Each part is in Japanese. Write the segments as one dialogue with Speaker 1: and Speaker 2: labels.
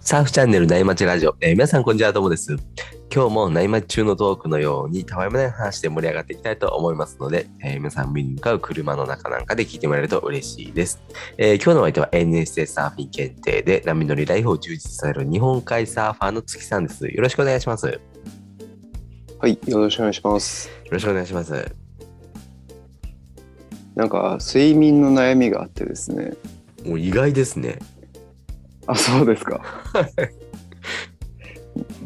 Speaker 1: サーフチャンネル内町ラジオ、えー皆さんこんにちはどうもです今日も内町中のトークのようにたわいもない話で盛り上がっていきたいと思いますので、えー皆さん見に向かう車の中なんかで聞いてもらえると嬉しいです、えー今日のお相手は NSA サーフィン検定で波乗りライフを充実させる日本海サーファーの月さんですよろしくお願いしますよ
Speaker 2: はい、よろしくお願いします。
Speaker 1: ろしくお願いします
Speaker 2: なんか睡眠の悩みがあってですね。
Speaker 1: もう意外ですね
Speaker 2: あ、そうですか。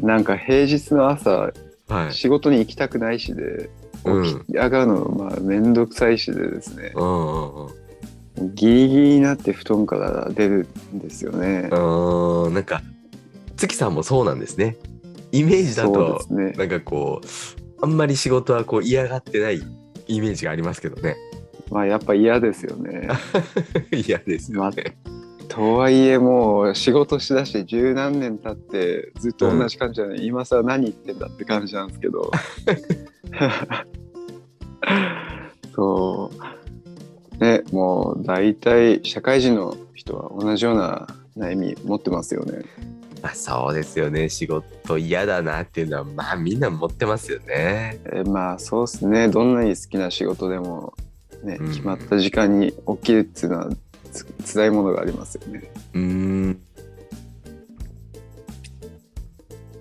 Speaker 2: なんか平日の朝、
Speaker 1: はい
Speaker 2: 仕事に行きたくないしで、
Speaker 1: うん
Speaker 2: 起き上がるのまあ面倒くさいしでですね、
Speaker 1: うんうんうん
Speaker 2: ギリギリになって布団から出るんですよね。
Speaker 1: うーんなんか月さんもそうなんですねイメージだ
Speaker 2: そう
Speaker 1: と
Speaker 2: ですね。
Speaker 1: なんかこうあんまり仕事はこう嫌がってないイメージがありますけどね
Speaker 2: まあやっぱ嫌ですよね。
Speaker 1: 嫌ですよね、
Speaker 2: とはいえもう仕事しだして十何年経ってずっと同じ感じなのに、今更何言ってんだって感じなんですけどそうねもう大体社会人の人は同じような悩み持ってますよね
Speaker 1: まあ、そうですよね仕事嫌だなっていうのはまあみんな持ってますよね
Speaker 2: えまあそうですねどんなに好きな仕事でも、ね、
Speaker 1: うん
Speaker 2: 決まった時間に起きるっていうのはつ辛いものがありますよね
Speaker 1: うーん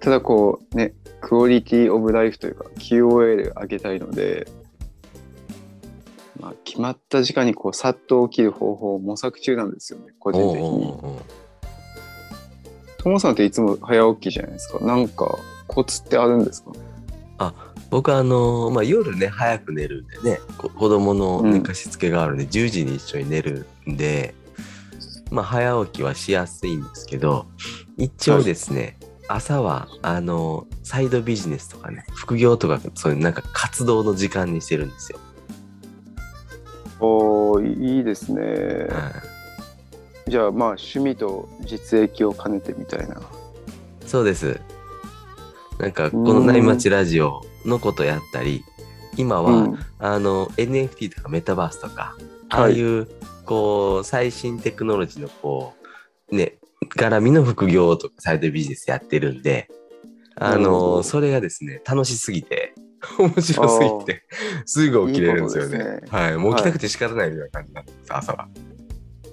Speaker 2: ただこうねクオリティオブライフというか QOL 上げたいので、まあ、決まった時間にこうさっと起きる方法を模索中なんですよね
Speaker 1: お
Speaker 2: 個
Speaker 1: う
Speaker 2: 人的
Speaker 1: お
Speaker 2: に。
Speaker 1: うおう
Speaker 2: ともさんっていつも早起きじゃないですかなんかコツってあるんですか
Speaker 1: 僕はあのーまあ、夜ね早く寝るんでねこ子供の寝かしつけがあるんで、10時に一緒に寝るんで、まあ、早起きはしやすいんですけど一応ですね、朝はあのーサイドビジネスとかね副業とかそういうなんか活動の時間にしてるんですよ。
Speaker 2: おーいいですね
Speaker 1: はい
Speaker 2: じゃあまあ趣味と実益を兼ねてみたいな
Speaker 1: そうですなんかこの「内町ラジオ」のことやったり今は、
Speaker 2: うん
Speaker 1: あの NFT とかメタバースとか
Speaker 2: はい
Speaker 1: ああいう、こう最新テクノロジーのこうね絡みの副業とかサイドビジネスやってるんであ
Speaker 2: なる
Speaker 1: の
Speaker 2: ほど
Speaker 1: それがですね楽しすぎて 面白すぎてすぐ起きれるんですよね
Speaker 2: いいことです
Speaker 1: はいもう起きたくて仕方ないみたいな感じなんです朝は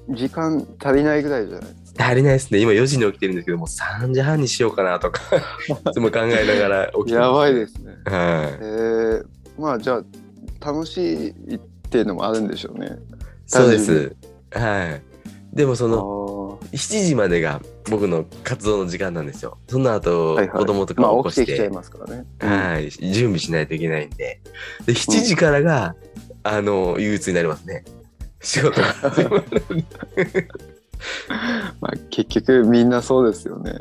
Speaker 2: 時間足りないぐらいじゃないです
Speaker 1: 足りないですね今4時に起きてるんですけどもう3時半にしようかなと かいつも考えながら起きて
Speaker 2: かやばいですすね
Speaker 1: は
Speaker 2: えー、まあじゃあ楽しいっていうのもあるんでしょうね
Speaker 1: いそうですはいでもその
Speaker 2: の
Speaker 1: 7時までが僕の活動の時間なんですよ。その後、
Speaker 2: はいはい
Speaker 1: 子供とか
Speaker 2: ま
Speaker 1: 起
Speaker 2: あ
Speaker 1: こ
Speaker 2: 起
Speaker 1: し
Speaker 2: きてきちゃ
Speaker 1: て
Speaker 2: い、ますからね。
Speaker 1: はい、準備しないといけないんで。で、7時からが、あの、憂鬱になりますね。仕事が始 まる。
Speaker 2: まあ結局みんなそうですよね。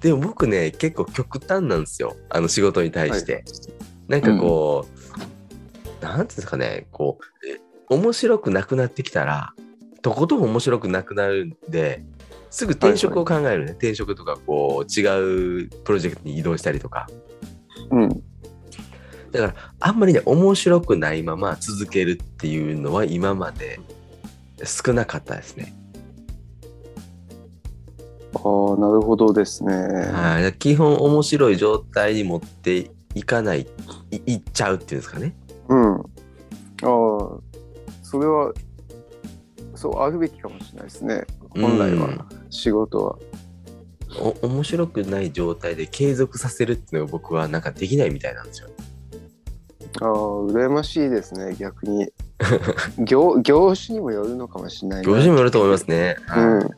Speaker 1: でも僕ね、結構極端なんですよ。あの仕事に対して。なんかこう、なんていうんですかね、こう、面白くなくなってきたら、とことん面白くなくなるんで、すぐ転職を考えるね。転職とか、こう、違うプロジェクトに移動したりとか。
Speaker 2: うん。
Speaker 1: だからあんまりね面白くないまま続けるっていうのは今まで少なかったですね。
Speaker 2: ああなるほどですね。
Speaker 1: はい基本面白い状態に持っていかないいいっちゃうっていうんですかね。
Speaker 2: うん。ああそれはそうあるべきかもしれないですね。本来
Speaker 1: うん
Speaker 2: は仕事は。
Speaker 1: お面白くない状態で継続させるっていうのが僕はなんかできないみたいなんですよ。
Speaker 2: ああ羨ましいですね逆 に。業業種にもよるのかもしれないな。
Speaker 1: 業種にもよると思いますね。
Speaker 2: うん。
Speaker 1: や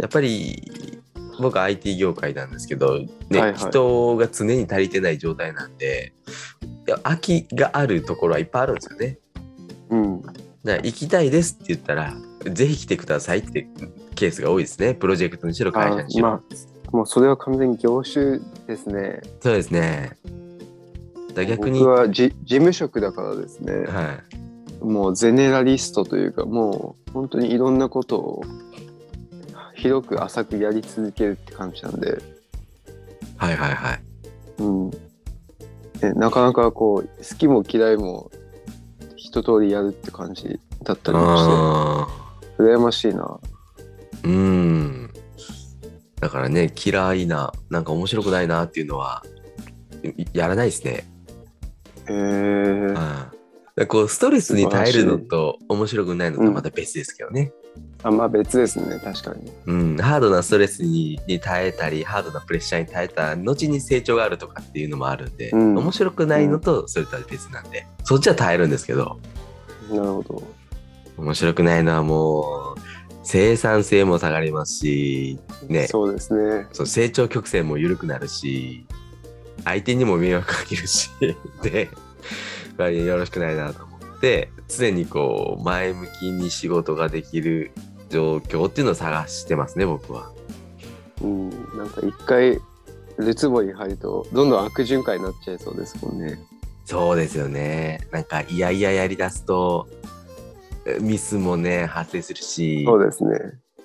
Speaker 2: ね
Speaker 1: っぱり僕 IT 業界なんですけど、ね
Speaker 2: はいはい
Speaker 1: 人が常に足りてない状態なんでいや空きがあるところはいっぱいあるんですよね。
Speaker 2: うん。
Speaker 1: だから行きたいですって言ったら、ぜひ来てくださいってケースが多いですね。プロジェクトにしろ、
Speaker 2: あ
Speaker 1: 会社にし
Speaker 2: ー
Speaker 1: ろ。
Speaker 2: まあもうそれは完全に業種ですね。
Speaker 1: そうですね。だから逆に、
Speaker 2: 僕
Speaker 1: は
Speaker 2: はじ事務職だからですね。
Speaker 1: い、
Speaker 2: もうゼネラリストというかもう本当にいろんなことを広く浅くやり続けるって感じなんで、
Speaker 1: はいはいはい。
Speaker 2: うん、ねなかなかこう好きも嫌いも一通りやるって感じだったりもし
Speaker 1: あ
Speaker 2: て羨ましいな
Speaker 1: ーうん。だからね、嫌いな、なんか面白くないなっていうのは、いやらないですね。
Speaker 2: へえ
Speaker 1: うん。だからこう、ストレスに耐えるのと面白くないのとまた別ですけどね。
Speaker 2: あまあ別ですね確かに
Speaker 1: うん、ハードなストレスにに耐えたり、ハードなプレッシャーに耐えた後に成長があるとかっていうのもあるんで、
Speaker 2: うん
Speaker 1: 面白くないのとそれとは別なんで、そっちは耐えるんですけど、
Speaker 2: なるほど
Speaker 1: 面白くないのはもう、生産性も下がりますし、ね、
Speaker 2: そうですね
Speaker 1: その成長曲線も緩くなるし相手にも迷惑かけるし でこれよろしくないなと思って常にこう前向きに仕事ができる状況っていうのを探してますね僕は。
Speaker 2: うんなんか一回るつぼに入るとどんどん悪循環になっちゃいそうですもんね
Speaker 1: そうですよねなんかいやいややりだすとえミスもね発生するし
Speaker 2: そうですね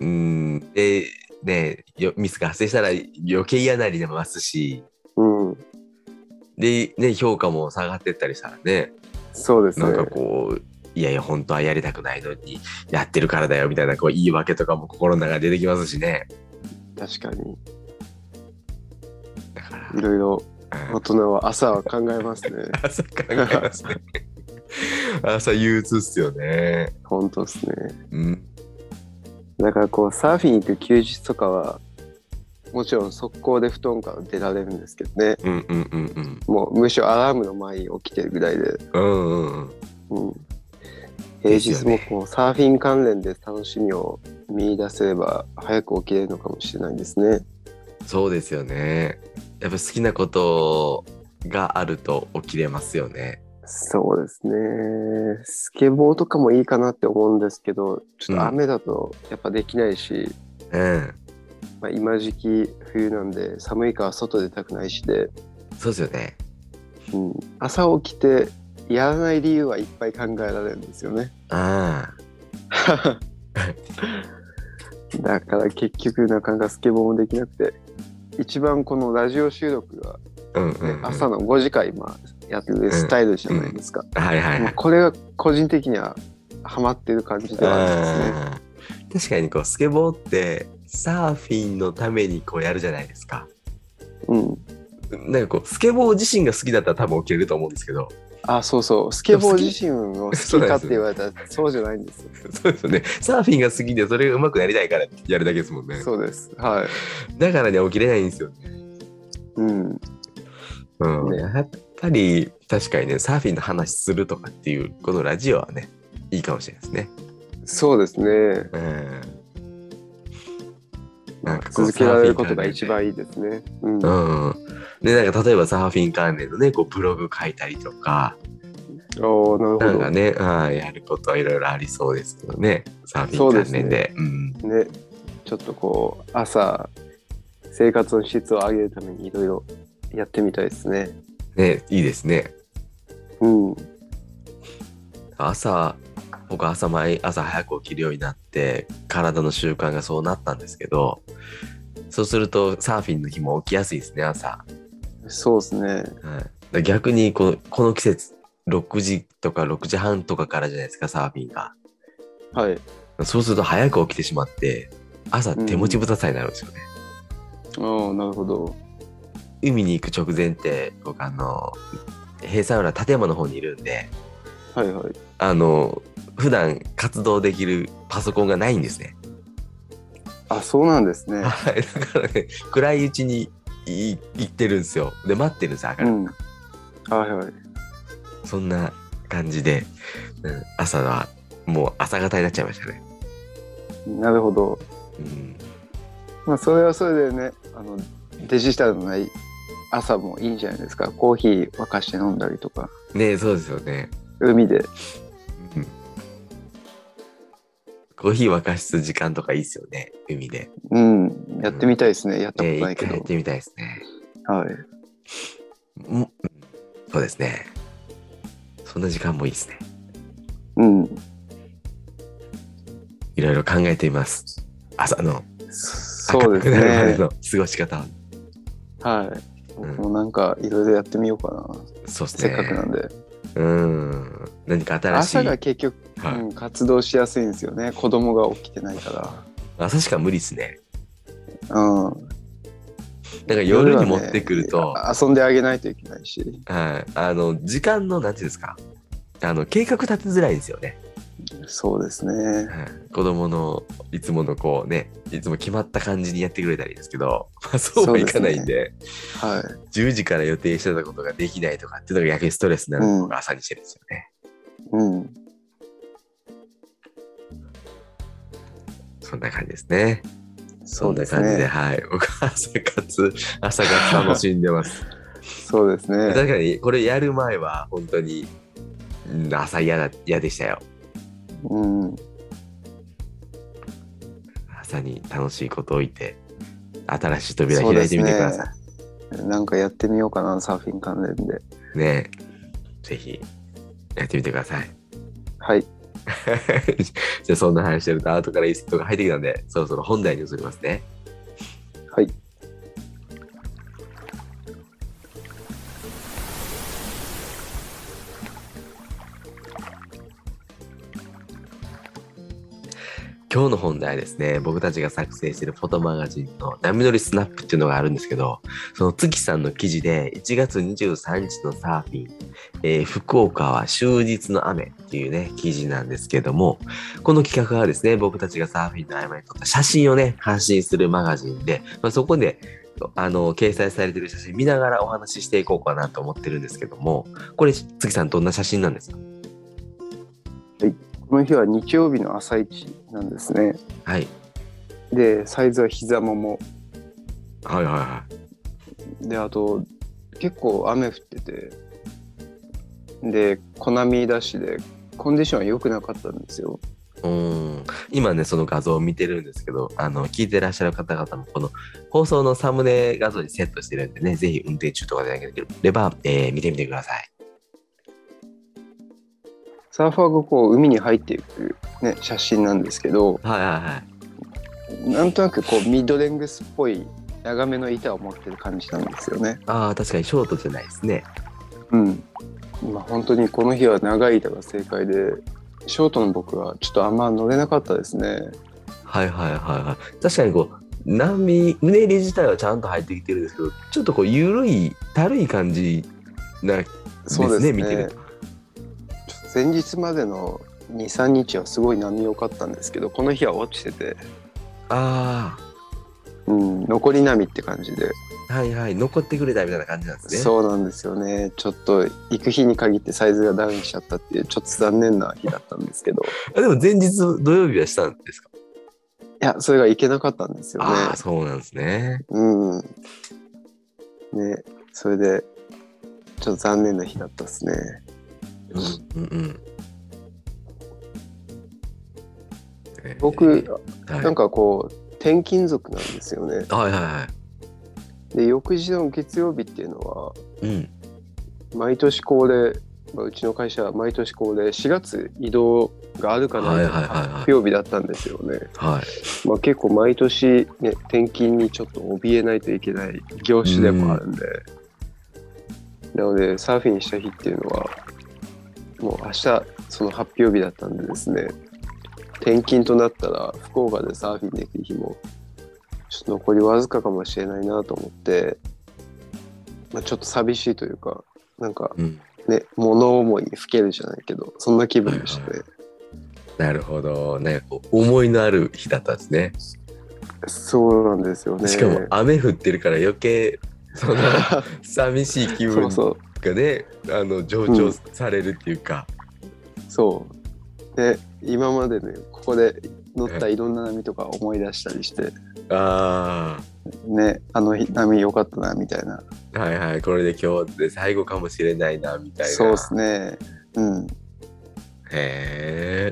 Speaker 1: うんでねよミスが発生したら余計嫌なりでもますし
Speaker 2: うん
Speaker 1: で、ね、評価も下がってったりしたらね
Speaker 2: そうですね
Speaker 1: なんかこう、いやいや、本当はやりたくないのに、やってるからだよみたいな、こう、言い訳とかも心の中に出てきますしね。
Speaker 2: 確かに
Speaker 1: だか
Speaker 2: いろいろ
Speaker 1: ら、
Speaker 2: 大人は朝は考えます ね
Speaker 1: 朝考えますね。朝憂鬱っすよね。
Speaker 2: 本当ですね
Speaker 1: うん。
Speaker 2: だからこうサーフィン行く休日とかはもちろん速攻で布団から出られるんですけどね
Speaker 1: うんうんうん
Speaker 2: もうむしろアラームの前に起きてるぐらいで、
Speaker 1: うん。うんうんうん。
Speaker 2: うん、平
Speaker 1: ですよ
Speaker 2: 日
Speaker 1: ね
Speaker 2: もこうサーフィン関連で楽しみを見出せれば早く起きれるのかもしれないですね
Speaker 1: そうですよね。やっぱ好きなことがあると起きれますよね。
Speaker 2: そうですねスケボーとかもいいかなって思うんですけどちょっと雨だとやっぱできないし、
Speaker 1: うん。
Speaker 2: まあ、今時期冬なんで寒いから外出たくないしで
Speaker 1: そうですよね。
Speaker 2: うん、朝起きてやらない理由はいっぱい考えられるんですよ ね
Speaker 1: あ
Speaker 2: だから結局なかなかスケボーもできなくて一番このラジオ収録が、
Speaker 1: あ。うんう
Speaker 2: ね
Speaker 1: ん、うん。
Speaker 2: 朝の5時間今やってるスタイルじゃないですか、
Speaker 1: はいはい
Speaker 2: ま
Speaker 1: は
Speaker 2: あ
Speaker 1: い。
Speaker 2: これが個人的にはハマってる感じではありますね
Speaker 1: うん確かにこうスケボーってサーフィンのためにこうやるじゃないですか。
Speaker 2: うん
Speaker 1: なんかこうスケボー自身が好きだったら多分起きれると思うんですけど
Speaker 2: あそうそうスケボー
Speaker 1: 好き
Speaker 2: 自身を好
Speaker 1: そう
Speaker 2: き
Speaker 1: な
Speaker 2: か
Speaker 1: ん
Speaker 2: っ
Speaker 1: です
Speaker 2: て言われたらそうじゃないんですよ
Speaker 1: そうですよねサーフィンが好きでそれがうまくなりたいからやるだけですもんね
Speaker 2: そうですはい
Speaker 1: だからね起きれないんですよ、
Speaker 2: うん
Speaker 1: うん
Speaker 2: ね
Speaker 1: やっぱり確かにねサーフィンの話するとかっていうこのラジオはねいいかもしれないですね
Speaker 2: そうですね
Speaker 1: うん
Speaker 2: ま
Speaker 1: な
Speaker 2: あ
Speaker 1: んかこう
Speaker 2: 続けられることが一番いいですね。うん
Speaker 1: うんでなんか例えばサーフィン関連のねこうブログ書いたりとか
Speaker 2: おーな
Speaker 1: な
Speaker 2: る
Speaker 1: ん
Speaker 2: ほど
Speaker 1: かね、はい、やることはいろいろありそうですけどね、サーフィン関連で。うん
Speaker 2: ね。ちょっとこう朝生活の質を上げるためにいろいろやってみたいですね。
Speaker 1: ね、いいですね。
Speaker 2: うん。
Speaker 1: 朝、僕朝毎朝早く起きるようになって、体の習慣がそうなったんですけど、そうするとサーフィンの日も起きやすいですね、朝。
Speaker 2: そうですね。
Speaker 1: はい、逆にこのこの季節、6時とか6時半とかからじゃないですか、サーフィンが。
Speaker 2: はい。
Speaker 1: そうすると早く起きてしまって、朝手持ちぶたさになるんですよね。
Speaker 2: おーなるほど。
Speaker 1: 海に行く直前って僕あの平山浦立山の方にいるんで
Speaker 2: はいはい。
Speaker 1: あの普段活動できるパソコンがないんですね。
Speaker 2: あそうなんですね。
Speaker 1: はい、 だからね暗いうちにい行ってるんですよ。で待ってるんですよ明
Speaker 2: う
Speaker 1: るく
Speaker 2: ん。はいはい。
Speaker 1: そんな感じで、うん朝はもう朝方になっちゃいましたね。
Speaker 2: なるほど。
Speaker 1: うん、
Speaker 2: まあそれはそれでねあのデジタルのない朝もいいんじゃないですか。コーヒー沸かして飲んだりとか
Speaker 1: ねそうですよね。
Speaker 2: 海で。
Speaker 1: うんコーヒー沸かす時間とかいいですよね海で。
Speaker 2: うん。やってみたいですね。やったこ
Speaker 1: ね
Speaker 2: とな
Speaker 1: 一
Speaker 2: いけ
Speaker 1: 回
Speaker 2: ど。
Speaker 1: やってみたいですね。
Speaker 2: はい。
Speaker 1: うんうんそうですね。そんな時間もいいですね。
Speaker 2: うん。
Speaker 1: いろいろ考えています。朝の
Speaker 2: そうです
Speaker 1: 明るくなるま
Speaker 2: ね。
Speaker 1: での過ごし方を
Speaker 2: はい。
Speaker 1: うん
Speaker 2: 僕もなんかいろいろやってみようかな。
Speaker 1: そうです
Speaker 2: せ
Speaker 1: ね。
Speaker 2: っかくなんで。
Speaker 1: うん。何か新しい。
Speaker 2: 朝が結局、
Speaker 1: はい
Speaker 2: うん活動しやすいんですよね。子供が起きてないか
Speaker 1: 朝しか無理ですね。
Speaker 2: ら。うん。
Speaker 1: なんか夜に持ってくると、
Speaker 2: はね遊んであげないといけないし
Speaker 1: はい、あの時間のなんていうんですかあの計画立てづらいんですよね、
Speaker 2: そうですね
Speaker 1: はい、子供のいつものこうねいつも決まった感じにやってくれたらいいですけど、 まあ、そうはいかないんで
Speaker 2: はい
Speaker 1: 10時から予定してたことができないとかっていうのが逆にストレスになるのが朝にしてるんですよね、
Speaker 2: うん
Speaker 1: そんな感じですね
Speaker 2: そうです
Speaker 1: んな感じで
Speaker 2: ね
Speaker 1: はい僕は朝活朝活楽しんで ます
Speaker 2: そうですね
Speaker 1: 確かにこれやる前は本当にうん朝嫌だ嫌でしたよ
Speaker 2: うん
Speaker 1: 朝に楽しいことを置いて新しい扉開いてみてください
Speaker 2: なんかやってみようかなサーフィン関連で
Speaker 1: ねぜひやってみてください
Speaker 2: はい
Speaker 1: じゃあそんな話してるとアートからイーストが入ってきたんでそろそろ本題に移りますね
Speaker 2: はい
Speaker 1: 今日の本題はですね僕たちが作成しているフォトマガジンの「波乗りスナップ」っていうのがあるんですけどその月さんの記事で1月23日のサーフィン、えー福岡は終日の雨っていうね記事なんですけどもこの企画はですね僕たちがサーフィンの合間に撮った写真をね発信するマガジンで、まあ、そこであの掲載されてる写真見ながらお話ししていこうかなと思ってるんですけどもこれ月さんどんな写真なんですか
Speaker 2: この日は日曜日の朝一なんですね
Speaker 1: はい
Speaker 2: でサイズは膝もも
Speaker 1: はいはいは
Speaker 2: であと結構雨降っててで粉みだしでコンディションは良くなかったんですよ
Speaker 1: いうーん今ねその画像を見てるんですけどあの聞いてらっしゃる方々もこの放送のサムネ画像にセットしてるんでねぜひ運転中とかでなければ、えー見てみてください
Speaker 2: サーファーがこう海に入っていく、ね、写真なんですけど
Speaker 1: はいはいはい
Speaker 2: なんとなくこうミッドレングスっぽい長めの板を持ってる感じなんですよね。
Speaker 1: あー確かにショートじゃないですね
Speaker 2: うん、まあ本当にこの日は長い板が正解でショートの僕はちょっとあんま乗れなかったですね。
Speaker 1: はいはいはいはい確かにこう波うねり自体はちゃんと入ってきてるんですけどちょっとこう緩いたるい感じな
Speaker 2: そうですね
Speaker 1: 見てる
Speaker 2: ちょっと前日までの23日はすごい波良かったんですけどこの日は落ちてて、
Speaker 1: あ
Speaker 2: うん、残り波って感じで、
Speaker 1: あはいはい残ってくれたみたいな感じなんですね
Speaker 2: そうなんですよねちょっと行く日に限ってサイズがダウンしちゃったっていうちょっと残念な日だったんですけど
Speaker 1: あでも前日土曜日はしたんですか、
Speaker 2: いやそれが行けなかったんですよね。
Speaker 1: ああそうなんですね
Speaker 2: うん。ね、それで、ちょっと残念な日だったですね。
Speaker 1: うんうんうんえー
Speaker 2: 僕、
Speaker 1: はい、
Speaker 2: なんかこう、転勤族なんですよね。
Speaker 1: はいはいは
Speaker 2: で、翌日の月曜日っていうのは、
Speaker 1: いうん
Speaker 2: 毎年恒例、まあ、うちの会社は毎年恒例、4月移動があるか
Speaker 1: はい
Speaker 2: な
Speaker 1: はいい
Speaker 2: と
Speaker 1: はいはい
Speaker 2: 発表日だったんですよね。
Speaker 1: はい
Speaker 2: まあ、結構毎年、ね、転勤にちょっと怯えないといけない業種でもあるんで、なのでサーフィンした日っていうのはもう明日その発表日だったんでですね転勤となったら福岡でサーフィンできる日もちょっと残りわずかかもしれないなと思って、まあ、ちょっと寂しいというかなんか
Speaker 1: うん
Speaker 2: ね物思いにふけるじゃないけどそんな気分でした
Speaker 1: はい
Speaker 2: ね。
Speaker 1: なるほどなんかこう思いのある日だったんですね
Speaker 2: そうなんですよね。
Speaker 1: しかも雨降ってるから余計そんな寂しい気
Speaker 2: そ
Speaker 1: 分
Speaker 2: うそう
Speaker 1: がねあの上
Speaker 2: う
Speaker 1: 長
Speaker 2: ん
Speaker 1: されるっていうか、
Speaker 2: そう。で、今までね、ここで乗ったいろんな波とか思い出したりして、
Speaker 1: あ
Speaker 2: ね、あの日波良かったな、みたいな。
Speaker 1: あはいはいこれで今日で最後かもしれないなみたいな
Speaker 2: そうですね。うん。
Speaker 1: へえ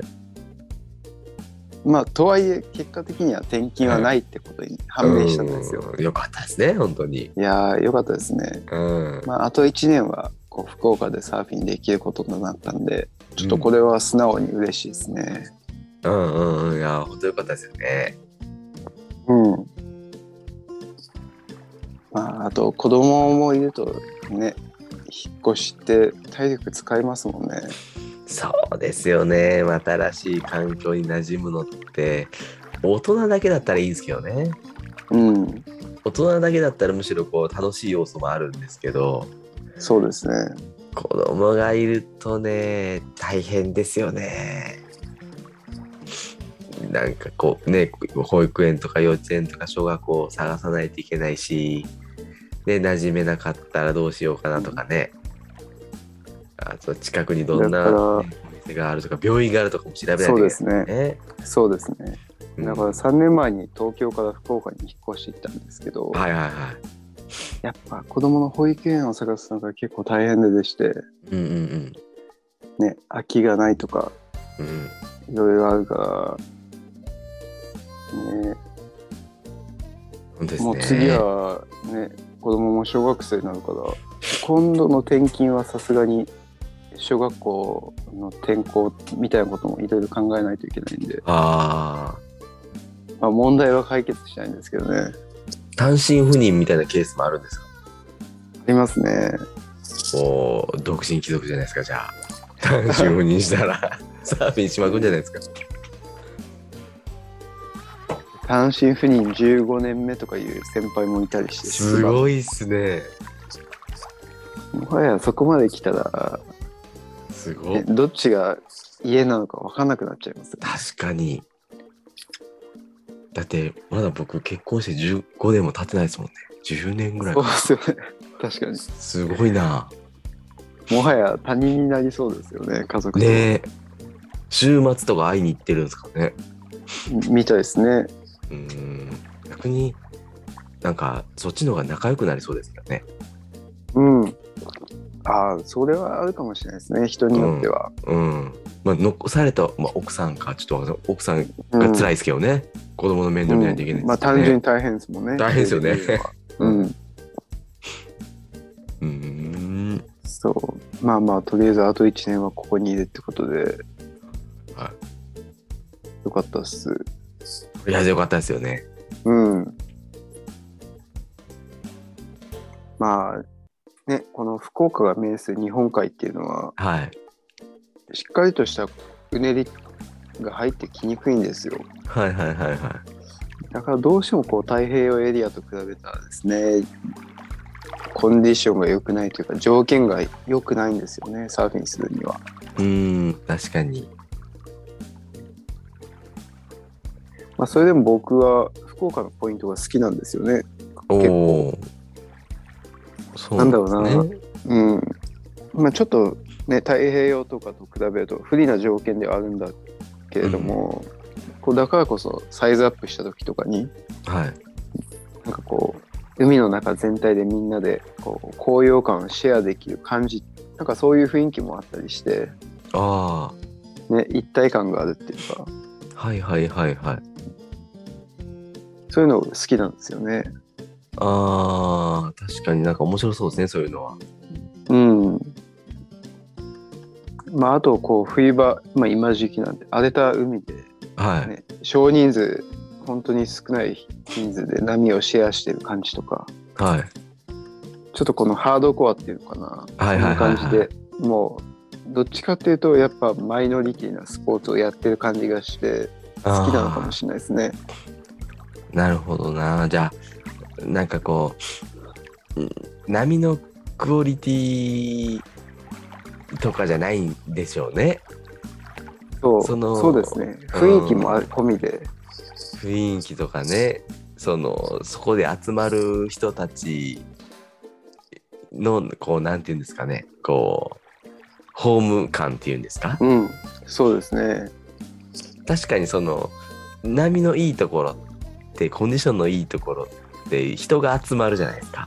Speaker 2: まあ、とはいえ、結果的には転勤はないってことに判明したんですよ。
Speaker 1: うんよかったですね本当に
Speaker 2: いやー、良かったですね。
Speaker 1: うん
Speaker 2: まあ、あと1年は、こう、福岡でサーフィンできることになったんで、ちょっとこれは素直に嬉しいですね。
Speaker 1: うんうんうんいや本当よかったですよね
Speaker 2: うん。まあ、あと、子供もいると、ね、引っ越しって体力使いますもんね。
Speaker 1: そうですよねまた新しい環境に馴染むのって大人だけだったらいいんですけどね
Speaker 2: うん、
Speaker 1: 大大人だけだったらむしろこう楽しい要素もあるんですけど
Speaker 2: そうですね。
Speaker 1: 子供がいるとね大変ですよねなんかこうね保育園とか幼稚園とか小学校を探さないといけないしね馴染めなかったらどうしようかなとかねあと近くにどんな
Speaker 2: だ
Speaker 1: ね、
Speaker 2: から
Speaker 1: お店があるとか病院があるとかも調べないとい
Speaker 2: そう
Speaker 1: けな
Speaker 2: で
Speaker 1: い
Speaker 2: すね。
Speaker 1: ね
Speaker 2: そうですね。
Speaker 1: うん
Speaker 2: だから3年前に東京から福岡に引っ越していったんですけど、
Speaker 1: はいはいは
Speaker 2: やっぱ子供の保育園を探すのが結構大変ででして、
Speaker 1: いうんうん
Speaker 2: ね、空きがないとか、
Speaker 1: うんうん
Speaker 2: いろいろあるから、ね、
Speaker 1: 本当ですね
Speaker 2: もう次はね子供も小学生になるから今度の転勤はさすがに小学校の転校みたいなこともいろいろ考えないといけないんで、
Speaker 1: ああ
Speaker 2: まあ、問題は解決したいんですけどね
Speaker 1: 単身赴任みたいなケースもあるんですか
Speaker 2: ありますね
Speaker 1: もう独身貴族じゃないですかじゃあ 単身赴任したら サーフィンしまくんじゃないですか
Speaker 2: 単身赴任15年目とかいう先輩もいたりして
Speaker 1: すごいっすね
Speaker 2: もはやそこまで来たら、
Speaker 1: すご
Speaker 2: ね
Speaker 1: っ
Speaker 2: どっちが家なのか分かんなくなっちゃいますよ
Speaker 1: 確かにだってまだ僕結婚して15年も経ってないですもんね10年ぐらい
Speaker 2: そうですよね確かに
Speaker 1: すごいな
Speaker 2: もはや他人になりそうですよね家族と
Speaker 1: ねえ週末とか会いに行ってるんですかね
Speaker 2: みたいですね
Speaker 1: うーん逆になんかそっちの方が仲良くなりそうですよね
Speaker 2: うん。ああ、それはあるかもしれないですね、人によっては。
Speaker 1: うんまあ残された、まあ、奥さんかちょっとわかんない奥さん
Speaker 2: うん
Speaker 1: が辛いですけどね、子供の面倒見ないといけない
Speaker 2: うんまあ、単純に大変ですもんね。
Speaker 1: 大変ですよね
Speaker 2: そう いうのはうん。
Speaker 1: 純に。うーん。
Speaker 2: そう。まあまあ、とりあえずあと1年はここにいるってことで、
Speaker 1: は
Speaker 2: よかったっす。
Speaker 1: い。とりあえずよかったですよね。
Speaker 2: うん。まあ、ね、この福岡が面する日本海っていうのは、
Speaker 1: はい。
Speaker 2: しっかりとしたうねりが入ってきにくいんですよ。
Speaker 1: はいはいはいは。
Speaker 2: だからどうしてもこう太平洋エリアと比べたらですねコンディションが良くないというか条件が良くないんですよねサーフィンするにはい
Speaker 1: うーん、確かに。
Speaker 2: まあそれでも僕は福岡のポイントが好きなんですよね
Speaker 1: おおー。そう
Speaker 2: なんだろうな
Speaker 1: ですね
Speaker 2: うんまあちょっとね太平洋とかと比べると不利な条件ではあるんだけれども、こうだからこそサイズアップした時とかに
Speaker 1: はい。
Speaker 2: なんかこう海の中全体でみんなでこう高揚感をシェアできる感じなんかそういう雰囲気もあったりして、
Speaker 1: あ
Speaker 2: ね、一体感があるっていうか
Speaker 1: あ。はいはいはいはい。
Speaker 2: そういうの好きなんですよね。
Speaker 1: ああ、確かになんか面白そうですね、そういうのは。
Speaker 2: うん。まああとこう冬場、まあ、今時期なんて荒れた海で、
Speaker 1: はい。
Speaker 2: ね、少人数本当に少ない人数で波をシェアしてる感じとか
Speaker 1: はい。
Speaker 2: ちょっとこのハードコアっていうのかな、
Speaker 1: はいはいはいはい
Speaker 2: そんな感じでもうどっちかっていうとやっぱマイノリティなスポーツをやってる感じがして好きなのかもしれないですね。
Speaker 1: なるほどな。じゃあ、なんかこう、うん波のクオリティとかじゃないんでしょうね。
Speaker 2: そう
Speaker 1: その
Speaker 2: そうですね雰囲気もあ込みで、
Speaker 1: 雰囲気とかね、その、そこで集まる人たちの、こう、なんていうんですかね、こう、ホーム感っていうんですか。
Speaker 2: うん、そうですね。
Speaker 1: 確かにその、波のいいところって、コンディションのいいところって、人が集まるじゃないですか。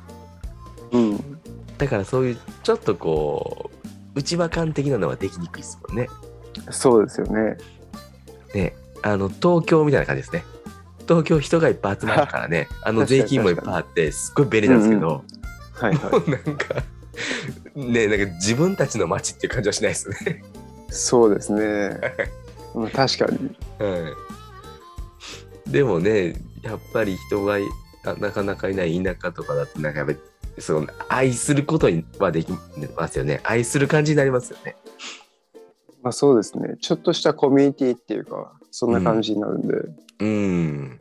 Speaker 2: うん、
Speaker 1: だからそういうちょっとこう内輪感的なのはできにくいですもんね。
Speaker 2: そうですよね。
Speaker 1: ねあの東京みたいな感じですね。東京人がいっぱい集まるからねあの
Speaker 2: 確かに
Speaker 1: 税金もいっぱいあってすっごい便利なんですけど、
Speaker 2: はいは
Speaker 1: なんか ねなんか自分たちの街っていう感じはしないですね。
Speaker 2: い。 そうですね。まあ確かに。
Speaker 1: はい、でもねやっぱり人がいあなかなかいない田舎とかだとなんかやっぱりその愛することにはできますよね愛する感じになりますよね。
Speaker 2: まあそうですね。ちょっとしたコミュニティっていうか、そんな感じになるんで。
Speaker 1: うん。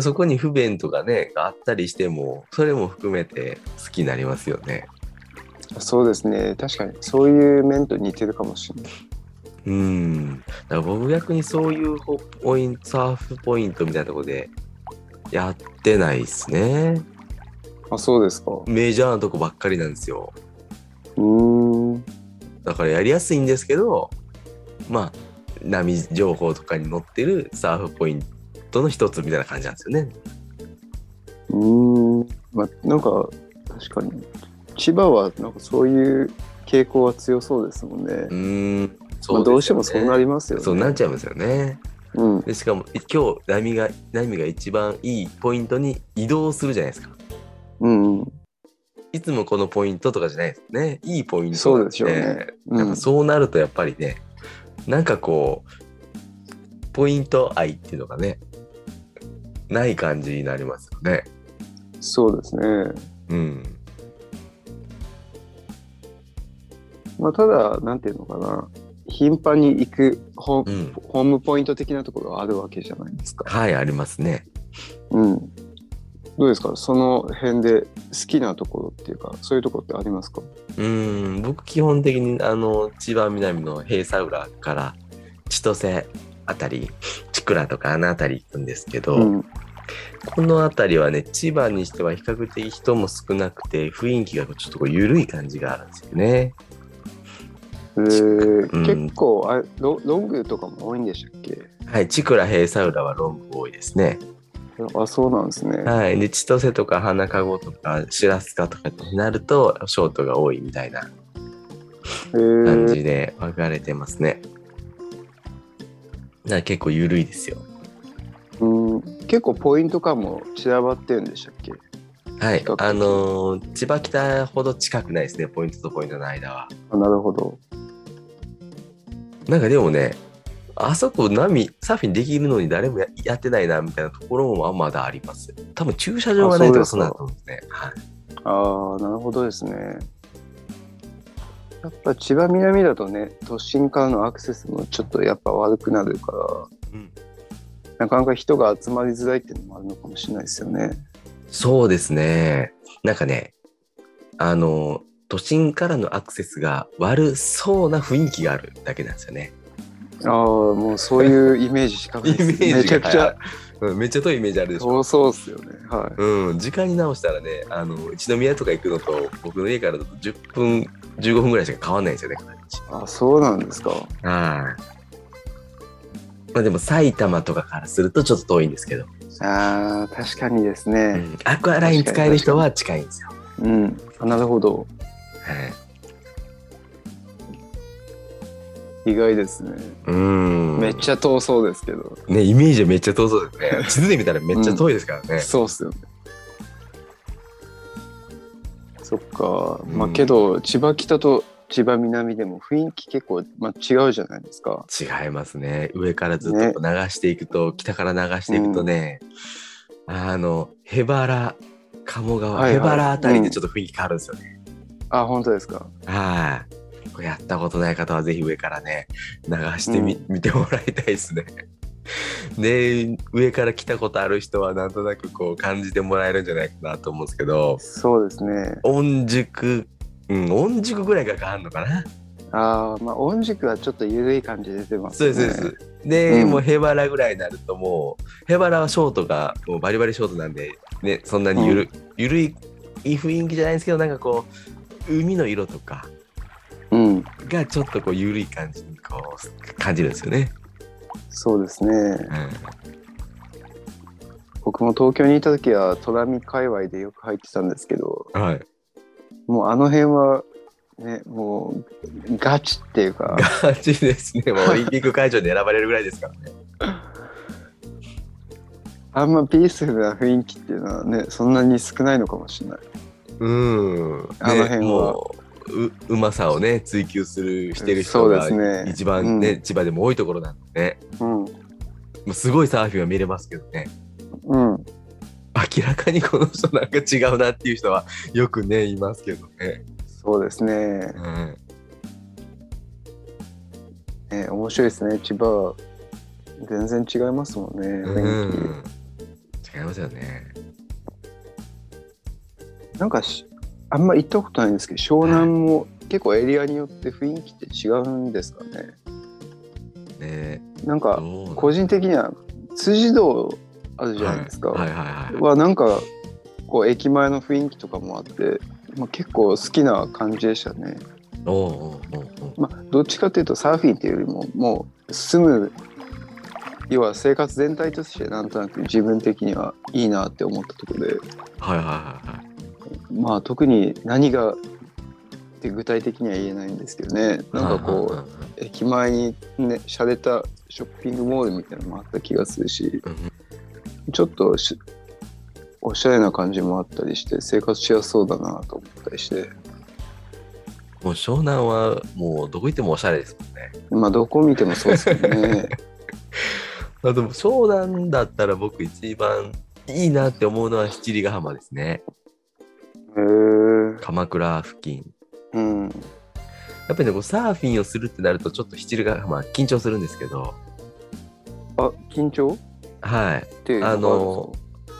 Speaker 1: そこに不便とかねがあったりしてもそれも含めて好きになりますよね
Speaker 2: そうですね確かにそういう面と似てるかもしれない
Speaker 1: うんだから僕逆にそういうほポイントサーフポイントみたいなとこでやってないですね
Speaker 2: あそうですかう
Speaker 1: メジャーなとこばっかりなんですよ
Speaker 2: ーん
Speaker 1: だからやりやすいんですけどまあ波情報とかに載ってるサーフポイントの一つみたいな感じなんですよね
Speaker 2: うーんまあなんか確かに千葉はなんかそういう傾向は強そうですもんね
Speaker 1: うーん
Speaker 2: まあ、どうしてもそうな
Speaker 1: り
Speaker 2: りますよね
Speaker 1: そうなっちゃいますよね
Speaker 2: うん
Speaker 1: でしかも今日波が波が一番いいポイントに移動するじゃないですか
Speaker 2: うんうん
Speaker 1: いつもこのポイントとかじゃないですねいいポイント
Speaker 2: そうですよね、う
Speaker 1: やっ
Speaker 2: ん
Speaker 1: ぱ、そうなるとやっぱりねなんかこうポイント愛っていうのがねない感じになりますよね
Speaker 2: そうですね
Speaker 1: うん
Speaker 2: まあ、ただ、なんていうのかな、頻繁に行くホ,、
Speaker 1: うん
Speaker 2: ホームポイント的なところがあるわけじゃないですか。
Speaker 1: はいありますね
Speaker 2: うん。どうですか、その辺で好きなところっていうか、そういうところってありますか
Speaker 1: うん僕基本的にあの千葉南の平佐浦から千歳あたり千倉とかあの辺り行くんですけど、
Speaker 2: うん。
Speaker 1: この辺りはね千葉にしては比較的人も少なくて雰囲気がちょっとこう緩い感じがあるんですよね
Speaker 2: え
Speaker 1: う
Speaker 2: ー
Speaker 1: ん
Speaker 2: 結構あロ、ロングとかも多いんでしたっけ
Speaker 1: はい千倉平佐浦はロング多いですね
Speaker 2: あ、そうなんですね。
Speaker 1: はい、で千歳とか花籠とか白塚とかになるとショートが多いみたいな
Speaker 2: え
Speaker 1: 感
Speaker 2: ー
Speaker 1: じで分かれてますね。だから結構緩いですよ。
Speaker 2: うん、結構ポイント感も散らばってるんでしたっけ
Speaker 1: はい
Speaker 2: 比較、的
Speaker 1: あのー千葉北ほど近くないですねポイントとポイントの間は。
Speaker 2: あなるほど。
Speaker 1: なんかでもねあそこ波サーフィンできるのに誰もややってないなみたいなところもまだあります。多分駐車場がないとか
Speaker 2: あ
Speaker 1: そ
Speaker 2: そうう
Speaker 1: な
Speaker 2: ですか
Speaker 1: んだと思うんですね。はい
Speaker 2: ああ、なるほどですね。やっぱ千葉南だとね、都心からのアクセスもちょっとやっぱ悪くなるか
Speaker 1: うん
Speaker 2: ら、なかなか人が集まりづらいっていうのもあるのかもしれないですよね。
Speaker 1: そうですね。なんかね、あの、都心からのアクセスが悪そうな雰囲気があるだけなんですよね。
Speaker 2: ああ、もうそういうイメージしかないです、ね。めちゃくちゃ、
Speaker 1: うん、めっちゃ遠いイメージあるでしょ。
Speaker 2: 遠そうっすよね。は
Speaker 1: うん、時間に直したらね、あの、一宮とか行くのと、僕の家からだと10分、15分ぐらいしか変わんないんですよね。
Speaker 2: い。あそうなんですか。
Speaker 1: はい。まあでも埼玉とかからするとちょっと遠いんですけど、
Speaker 2: ああ、確かにです
Speaker 1: う
Speaker 2: ね。
Speaker 1: ん、アクアライン使える人は近いんですよ。
Speaker 2: うん。あなるほど。
Speaker 1: はい
Speaker 2: 意外ですね。
Speaker 1: うん。
Speaker 2: めっちゃ遠そうですけど。
Speaker 1: ね、イメージはめっちゃ遠そうですね。地 図で見たらめっちゃ遠いですからね。
Speaker 2: そうっすよね。そっか、
Speaker 1: うん
Speaker 2: まあけど千葉北と千葉南でも雰囲気結構、まあ、違うじゃないですか。
Speaker 1: 違いますね上からずっと流していくと、北から流していくとね、あのへばら鴨川、
Speaker 2: はいはい
Speaker 1: へばらあたりでちょっと雰囲気変わるんですよね、
Speaker 2: あ本当ですか。
Speaker 1: はいこれやったことない方はぜひ上からね流してみ、見てもらいたいですね で上から来たことある人はなんとなくこう感じてもらえるんじゃないかなと思うんですけど
Speaker 2: そうですね。
Speaker 1: 音塾うん音塾ぐらいが変わるのかな
Speaker 2: ああまあ音軸はちょっと緩い感じで出てます
Speaker 1: そう
Speaker 2: ね。
Speaker 1: ですそうです。で、
Speaker 2: うん
Speaker 1: もうヘバラぐらいになるともうヘバラはショートがもうバリバリショートなんで、ね、そんなにゆる,、ゆるいいい雰囲気じゃないんですけどなんかこう海の色とか
Speaker 2: うん
Speaker 1: がちょっとこうゆるい感じにこう感じるんですよね。
Speaker 2: そうですね。
Speaker 1: うん、
Speaker 2: 僕も東京にいた時は虎見界隈でよく入ってたんですけど、
Speaker 1: はい、
Speaker 2: もうあの辺はねもうガチってい うか。
Speaker 1: 感じです ね。もうオリンピック会場で選ばれるぐらいですからね。
Speaker 2: あんまピースフルな雰囲気っていうのはねそんなに少ないのかもしれない。
Speaker 1: うん。ね
Speaker 2: あの辺は
Speaker 1: もうううまさをね追求するしてる人
Speaker 2: そうで
Speaker 1: が
Speaker 2: すね。
Speaker 1: 一番ね
Speaker 2: うん
Speaker 1: 千葉でも多いところなんでね。
Speaker 2: うん、
Speaker 1: もうすごいサーフィンは見れますけどね。
Speaker 2: うん、
Speaker 1: 明らかにこの人なんか違うなっていう人はよくねいますけどね。
Speaker 2: そうですね
Speaker 1: う。ん、
Speaker 2: え面白いですね。千葉は全然違いますもんね。
Speaker 1: うん違いますよね。
Speaker 2: なんかしあんま行ったことないんですけど湘南も結構エリアによって雰囲気って違うんですかね
Speaker 1: ね
Speaker 2: なんか
Speaker 1: どう
Speaker 2: 個人的には辻堂あるじゃないですか、
Speaker 1: はいはいはいは
Speaker 2: はなんかこう駅前の雰囲気とかもあって、まあ、結構好きな感じでしたね、
Speaker 1: い。おおうおうおうおう
Speaker 2: まあ、どっちかっていうとサーフィンっていうよりももう住む要は生活全体としてなんとなく自分的にはいいなって思ったところで
Speaker 1: はいはいはいはい。
Speaker 2: まあ特に何がって具体的には言えないんですけどねなんかこう
Speaker 1: う
Speaker 2: 駅前にね洒落たショッピングモールみたいなのもあった気がするし
Speaker 1: んうんうん
Speaker 2: ちょっとしおしゃれな感じもあったりして生活しやすそうだなと思ったりして
Speaker 1: もう湘南はもうどこ行ってもおしゃれですもんね。
Speaker 2: まあどこ見てもそうですよ ね
Speaker 1: あでも湘南だったら僕一番いいなって思うのは七里ヶ浜ですね。
Speaker 2: へえ
Speaker 1: 鎌倉付近。
Speaker 2: うん
Speaker 1: やっぱりね、こうサーフィンをするってなるとちょっと七里ヶ浜緊張するんですけど、
Speaker 2: あ緊張
Speaker 1: はい。
Speaker 2: っていう
Speaker 1: あ
Speaker 2: の
Speaker 1: の、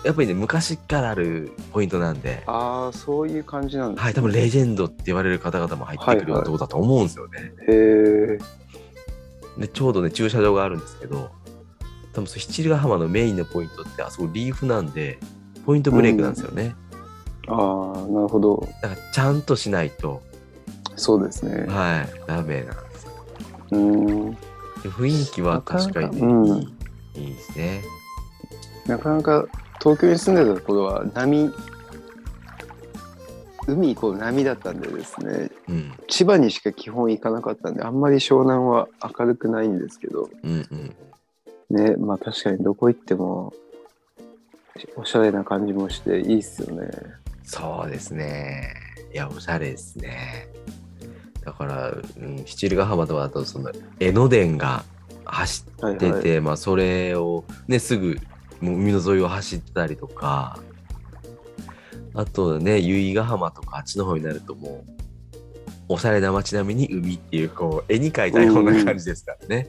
Speaker 1: やっぱりね、昔からあるポイントなんで、
Speaker 2: があるんですかあーそういう感じなんです
Speaker 1: はい、多分レジェンドって言われる方々も入ってくるようなとこだと思うんですよね。
Speaker 2: へえ
Speaker 1: で、ちょうどね、駐車場があるんですけど、多分その七里ヶ浜のメインのポイントって、あそこリーフなんで、ポイントブレイクなんですよね。
Speaker 2: ああなるほど
Speaker 1: だからちゃんとしないと、
Speaker 2: そうですね
Speaker 1: はい、ダメなんですよ。
Speaker 2: うん
Speaker 1: で雰囲気は確かにね、
Speaker 2: なかなか
Speaker 1: いいいいですね。
Speaker 2: なかなか東京に住んでた頃は波海イコール波だったんでですね
Speaker 1: うん、
Speaker 2: 千葉にしか基本行かなかったんであんまり湘南は明るくないんですけど
Speaker 1: うん、うん。
Speaker 2: ねまあ確かにどこ行ってもおしゃれな感じもしていいっすよね
Speaker 1: そうですね。いや、おしゃれですね。だから、うん、七里ヶ浜とかだと、その、江ノ電が走っ
Speaker 2: はい
Speaker 1: て
Speaker 2: はい
Speaker 1: て、まあ、それを、ね、すぐ、もう海の沿いを走ってたりとか、あとね、由比ヶ浜とか、あっちの方になると、もう、おしゃれな街並みに海っていう、こう、絵に描いたような感じですからね。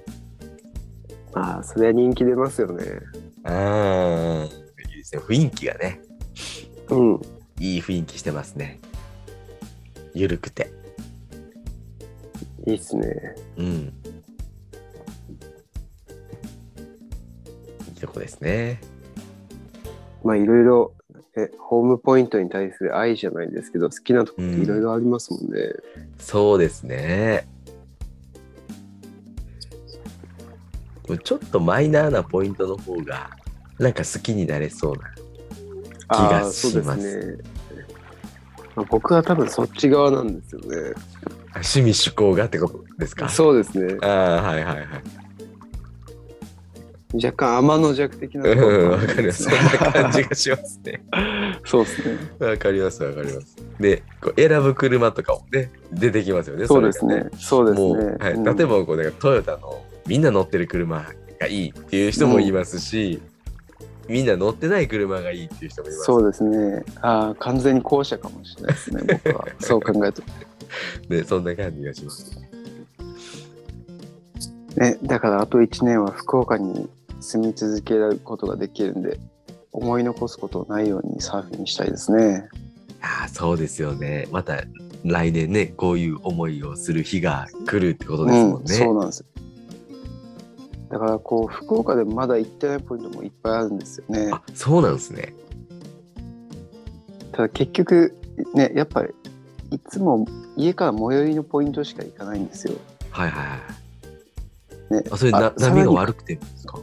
Speaker 2: ああそれは人気出ますよ
Speaker 1: うん、
Speaker 2: ね
Speaker 1: いいですね。雰囲気がね、
Speaker 2: うん
Speaker 1: いい雰囲気してますね。ゆるくて。
Speaker 2: いいっすね
Speaker 1: うん。いいとこですね。
Speaker 2: まあいろいろえホームポイントに対する愛じゃないですけど好きなとこっていろいろありますもんね、
Speaker 1: そうですね。ちょっとマイナーなポイントの方が、なんか好きになれそうな。
Speaker 2: ああ
Speaker 1: がします
Speaker 2: そうですねまあ僕は多分そっち側なんですよね。
Speaker 1: あ趣味趣向がってことですか
Speaker 2: そうですね。
Speaker 1: ああ、はいはいはい。
Speaker 2: 若干天の弱的なところ
Speaker 1: うん、
Speaker 2: が
Speaker 1: わ
Speaker 2: あ
Speaker 1: か
Speaker 2: るん
Speaker 1: る。
Speaker 2: で
Speaker 1: そ
Speaker 2: す
Speaker 1: ん
Speaker 2: ね
Speaker 1: な感じがしますね。
Speaker 2: そうですね。
Speaker 1: わかりますわかります。で、こう選ぶ車とかもね、出てきますよね。
Speaker 2: そう
Speaker 1: れ
Speaker 2: で
Speaker 1: が
Speaker 2: すね。そうです
Speaker 1: もう、
Speaker 2: ね。
Speaker 1: はい
Speaker 2: うん
Speaker 1: 例えばこうなんかトヨタのみんな乗ってる車がいいっていう人もいますし、みんな乗ってない車がいいっていう人もいます
Speaker 2: そうですね。ああ、完全に後者かもしれないですね、 僕は。そう考えると。
Speaker 1: でそんな感じがします。
Speaker 2: ね、だからあと1年は福岡に住み続けることができるんで、思い残すことないようにサーフィンしたいですね。
Speaker 1: ああそうですよね。また来年ねこういう思いをする日が来るってことですもん
Speaker 2: うん、そう
Speaker 1: ね。
Speaker 2: なんですよだからこう福岡でもまだ行ってないポイントもいっぱいあるんですよね
Speaker 1: あそうなんですね。
Speaker 2: ただ結局ねやっぱりいつも家から最寄りのポイントしか行かないんですよ
Speaker 1: はいはいはい。
Speaker 2: ね
Speaker 1: あそれな
Speaker 2: あさら
Speaker 1: 波
Speaker 2: に
Speaker 1: が悪くてですか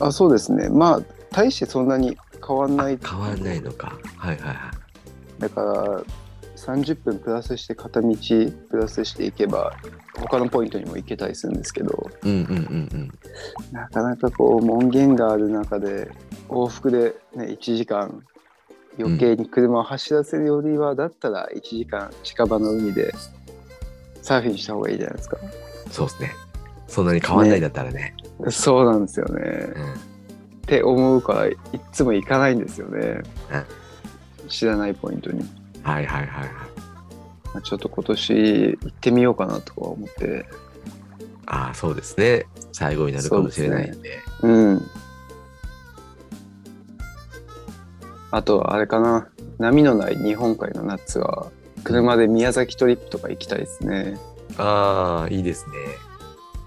Speaker 2: あそうですねまあ大してそんなに変わん
Speaker 1: あ
Speaker 2: ない
Speaker 1: 変わらないのか。はいはいはい。
Speaker 2: だから30分プラスして片道プラスしていけば他のポイントにも行けたりするんですけど
Speaker 1: うんうんうんうん。
Speaker 2: なかなかこう門限がある中で往復で、ね、1時間余計に車を走らせるよりは、だったら1時間近場の海でサーフィンした方がいいじゃないですか
Speaker 1: そうですね。そんなに変わんないんだったらね。
Speaker 2: そうなんですよね
Speaker 1: うん
Speaker 2: って思うからいっつも行かないんですよね
Speaker 1: ね
Speaker 2: 知らないポイントに
Speaker 1: はいはいはいはい。
Speaker 2: まあちょっと今年行ってみようかなとか思って
Speaker 1: ああそうですね最後になるかもしれないんで
Speaker 2: うんあとあれかな波のない日本海の夏は車で宮崎トリップとか行きたいですね
Speaker 1: ああ、いいですね。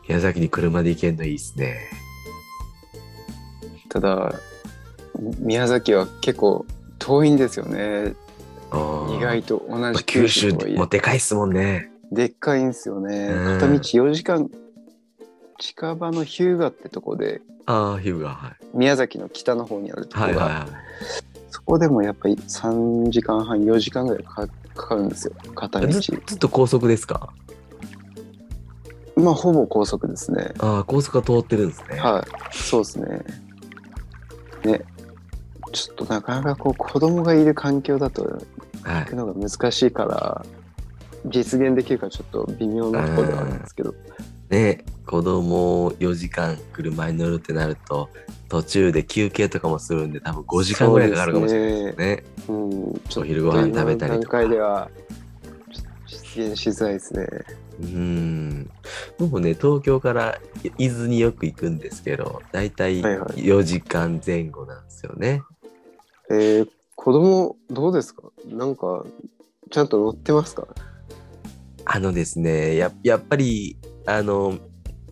Speaker 1: 宮崎に車で行けんのいいですね。
Speaker 2: ただ宮崎は結構遠いんですよね
Speaker 1: ああ
Speaker 2: 意外と同
Speaker 1: まあ
Speaker 2: じ
Speaker 1: 九
Speaker 2: 九
Speaker 1: 州
Speaker 2: 州
Speaker 1: って
Speaker 2: とはい
Speaker 1: もう
Speaker 2: え
Speaker 1: でかいっすもんね。
Speaker 2: でっかいんですよね
Speaker 1: うん
Speaker 2: 片道4時間近場の日向ってとこで
Speaker 1: ああ、ヒューが、はい。
Speaker 2: 宮崎の北の方にあるとこ
Speaker 1: はい
Speaker 2: ろ
Speaker 1: はい
Speaker 2: が
Speaker 1: はい。
Speaker 2: そこでもやっぱり3時間半4時間ぐらいかかかるんですよ片道
Speaker 1: ずずっと高速ですか
Speaker 2: まあほぼ高速ですね
Speaker 1: ああ、高速が通ってるんですね。
Speaker 2: はいそうですねねちょっとなかなかこう子供がいる環境だと行
Speaker 1: はい
Speaker 2: くのが難しいから実現できるかちょっと微妙なところではあるんですけど
Speaker 1: ね子供を4時間車に乗るってなると、途中で休憩とかもするんで、多分5時間ぐらいかかるかもしれない
Speaker 2: ない
Speaker 1: ですね。
Speaker 2: うん、ちょ
Speaker 1: お
Speaker 2: っ
Speaker 1: 昼
Speaker 2: と
Speaker 1: ご飯食べた
Speaker 2: 今
Speaker 1: り
Speaker 2: の段
Speaker 1: とか。
Speaker 2: 階ではちょっと実現しづらいですね。
Speaker 1: うん僕ね東京から伊豆によく行くんですけど大体
Speaker 2: はいはい
Speaker 1: 4時間前後なんですよね。
Speaker 2: えー、子供どうですかなんかちゃんと乗ってますか
Speaker 1: あのですねややっぱりあの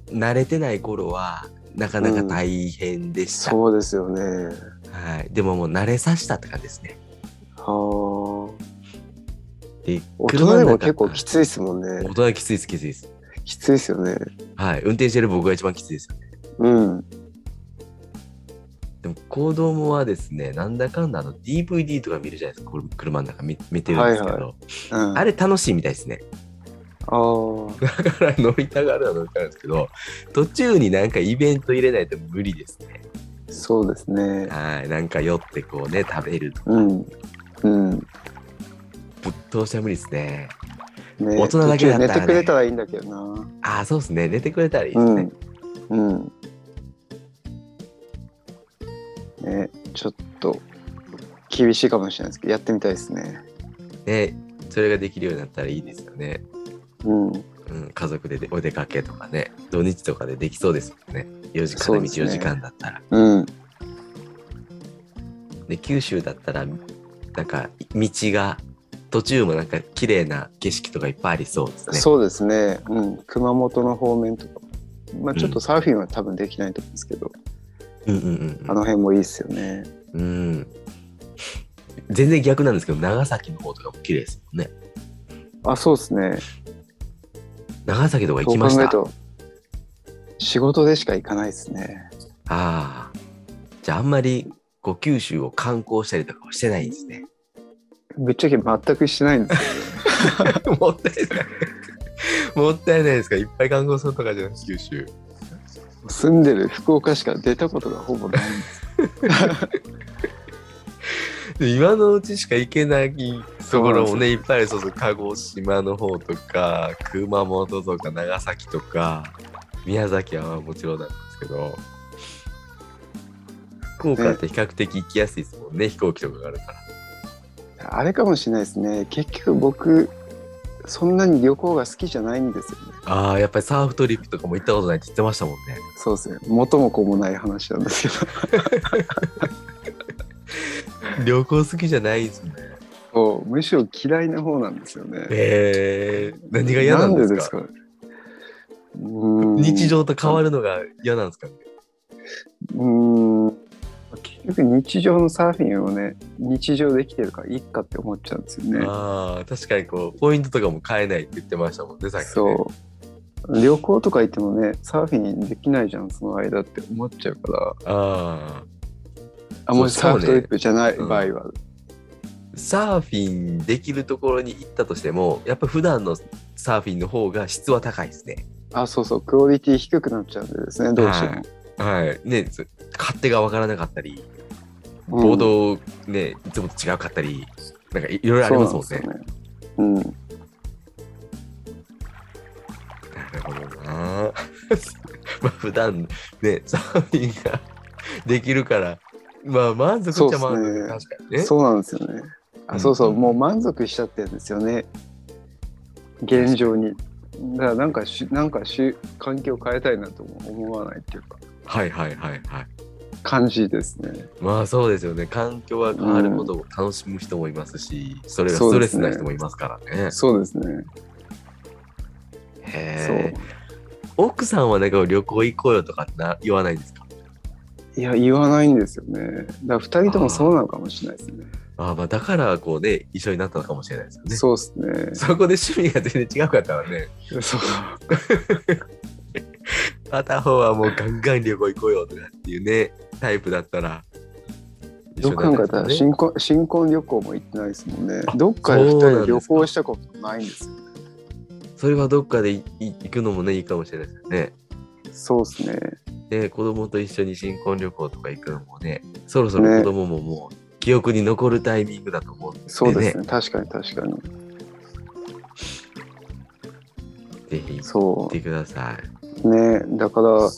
Speaker 1: 慣れてない頃はなかなか大変でした、
Speaker 2: そうですよね。
Speaker 1: はい、でももう慣れさせたって感じですね。
Speaker 2: はあ。
Speaker 1: で
Speaker 2: 大人でも結構
Speaker 1: 車の中
Speaker 2: きついですもんね
Speaker 1: 大。人はきついですきついです。
Speaker 2: きついですよね。
Speaker 1: はい運転してる僕が一番きついですよね。
Speaker 2: うん。
Speaker 1: でも子供はですねなんだかんだあの DVD とか見るじゃないですかこれ車の中見見てるんですけど、
Speaker 2: はいうん、
Speaker 1: あ
Speaker 2: れ
Speaker 1: れ楽しいみたいですね。
Speaker 2: あー
Speaker 1: だから乗りたがるは乗りたがるんですけど途中になんかイベント入れないと無理ですね
Speaker 2: そうですね。
Speaker 1: はいなんか酔ってこうね食べると
Speaker 2: うん。うん。
Speaker 1: ぶっ通しは無理ですね
Speaker 2: ね
Speaker 1: 大人だけだったらね
Speaker 2: 途中寝てくれたらいいんだけどな。
Speaker 1: ああそうですね寝てくれたらいいで
Speaker 2: う
Speaker 1: すね
Speaker 2: ん。うん。ね、ちょっと厳しいかもしれないですけど、やってみたいですね。
Speaker 1: ねそれができるようになったらいいですよね、
Speaker 2: うん。
Speaker 1: うん、家族でお出かけとかね土日とかでできそうですもんね4時
Speaker 2: そ
Speaker 1: 間
Speaker 2: う
Speaker 1: 道
Speaker 2: ですね
Speaker 1: 4時間だったら
Speaker 2: うん。
Speaker 1: で,、九州だったらなんか道が途中もなんか綺麗な景色とかいっぱいありそうですね
Speaker 2: そうですね。うん。熊本の方面とか。まあちょっとサーフィンは多分できないと思うんですけど、
Speaker 1: うんうんうんうん
Speaker 2: あの辺もいいですよね。
Speaker 1: うん。全然逆なんですけど、長崎の方とかも綺麗ですもんね。
Speaker 2: あ、そうですね。
Speaker 1: 長崎とか行き
Speaker 2: そう考
Speaker 1: まし
Speaker 2: え
Speaker 1: た。
Speaker 2: ると、仕事でしか行かないですね。
Speaker 1: ああ。じゃああんまりこう九州を観光したりとかはしてないんですね。
Speaker 2: ぶっちゃけ全くしてないんです。
Speaker 1: もったいない。もったいないですか。いっぱい観光するとかじゃないです、九州。
Speaker 2: 住んでる福岡しか出たことがほぼないんです。
Speaker 1: 今のうちしか行けないところもね、いっぱいありそうそう。鹿児島の方とか、熊本とか、長崎とか、宮崎はもちろんなんですけど、福岡って比較的行きやすいですもんね、飛行機とかがあるから。
Speaker 2: あれかもしれないですね。結局僕、そんなに旅行が好きじゃないんですよね。
Speaker 1: ああ、やっぱりサーフトリップとかも行ったことないって言ってましたもんね。
Speaker 2: そうですね。元も子もない話なんですけど。
Speaker 1: 旅行好きじゃないんですね。
Speaker 2: そうむしろ嫌いな方なんですよね。
Speaker 1: ええ何が嫌なんですか
Speaker 2: なんでですかうーん
Speaker 1: 日常と変わるのが嫌なんですかね。
Speaker 2: うーん結局日常のサーフィンをね日常できてるからいいかって思っちゃうんですよね。
Speaker 1: ああ、確かにこう、ポイントとかも変えないって言ってましたもんね、さっき、ね。
Speaker 2: そう旅行とか行ってもねサーフィンできないじゃんその間って思っちゃうから
Speaker 1: ああ。
Speaker 2: あもし
Speaker 1: そう
Speaker 2: サーフトリッ
Speaker 1: そう
Speaker 2: プじゃない
Speaker 1: うん
Speaker 2: 場合は、
Speaker 1: サーフィンできるところに行ったとしても、やっぱ普段のサーフィンの方が質は高いですね。
Speaker 2: あそうそうクオリティ低くなっちゃうんでですねどうしても、
Speaker 1: はい。ね、そ勝手がわからなかったり、ボードをね、いつもと違うかったり、なんかいいろいろありますもん
Speaker 2: そう
Speaker 1: ね。
Speaker 2: なんですよねうん
Speaker 1: なるほどな。 まあ普段ね、サーフィンができるから、まあ満足っちゃ満足、
Speaker 2: そう
Speaker 1: 確
Speaker 2: っ
Speaker 1: かにね。
Speaker 2: そうなんですよね。
Speaker 1: う
Speaker 2: あ
Speaker 1: ん
Speaker 2: そうそう、
Speaker 1: うん
Speaker 2: もう満足しちゃってるんですよね。現状に。だからなんかし、なんかし、環境変えたいなとも思わないっていうか。
Speaker 1: はいはいはいはい。
Speaker 2: 感じですね。
Speaker 1: まあそうですよね環境は変わることを楽しむ人もいますし、それがストレスな人もいますからね
Speaker 2: そうですね。そ
Speaker 1: へえ
Speaker 2: う。
Speaker 1: 奥さんはなんか旅行行こうよとかってな言わないんですか
Speaker 2: いや、言わないんですよね。だから二人ともそうなのかもしれないですね。
Speaker 1: ああまあだからこうね一緒になったのかもしれないですよね
Speaker 2: そうですね。
Speaker 1: そこで趣味が全然違うかったらね
Speaker 2: そう。
Speaker 1: 片方はもうガンガン旅行行こうよとかっていうねタイプだったら
Speaker 2: よく考えたら
Speaker 1: 一緒になっ
Speaker 2: 新婚、新婚旅行も行ってないですもんね
Speaker 1: あ。
Speaker 2: どっかで二
Speaker 1: そう
Speaker 2: 人
Speaker 1: なんですか
Speaker 2: で旅行したことないんです
Speaker 1: た
Speaker 2: よ。
Speaker 1: らねそれはどっかでいい行くのもねいいかもしれないですよね
Speaker 2: そうですね。
Speaker 1: で子供と一緒に新婚旅行とか行くのもねそろそろ子供ももう記憶に残るタイミングだと思うんで、ね、
Speaker 2: そうですね。確かに確かに。
Speaker 1: ぜひ行
Speaker 2: そ
Speaker 1: ってください
Speaker 2: ねだから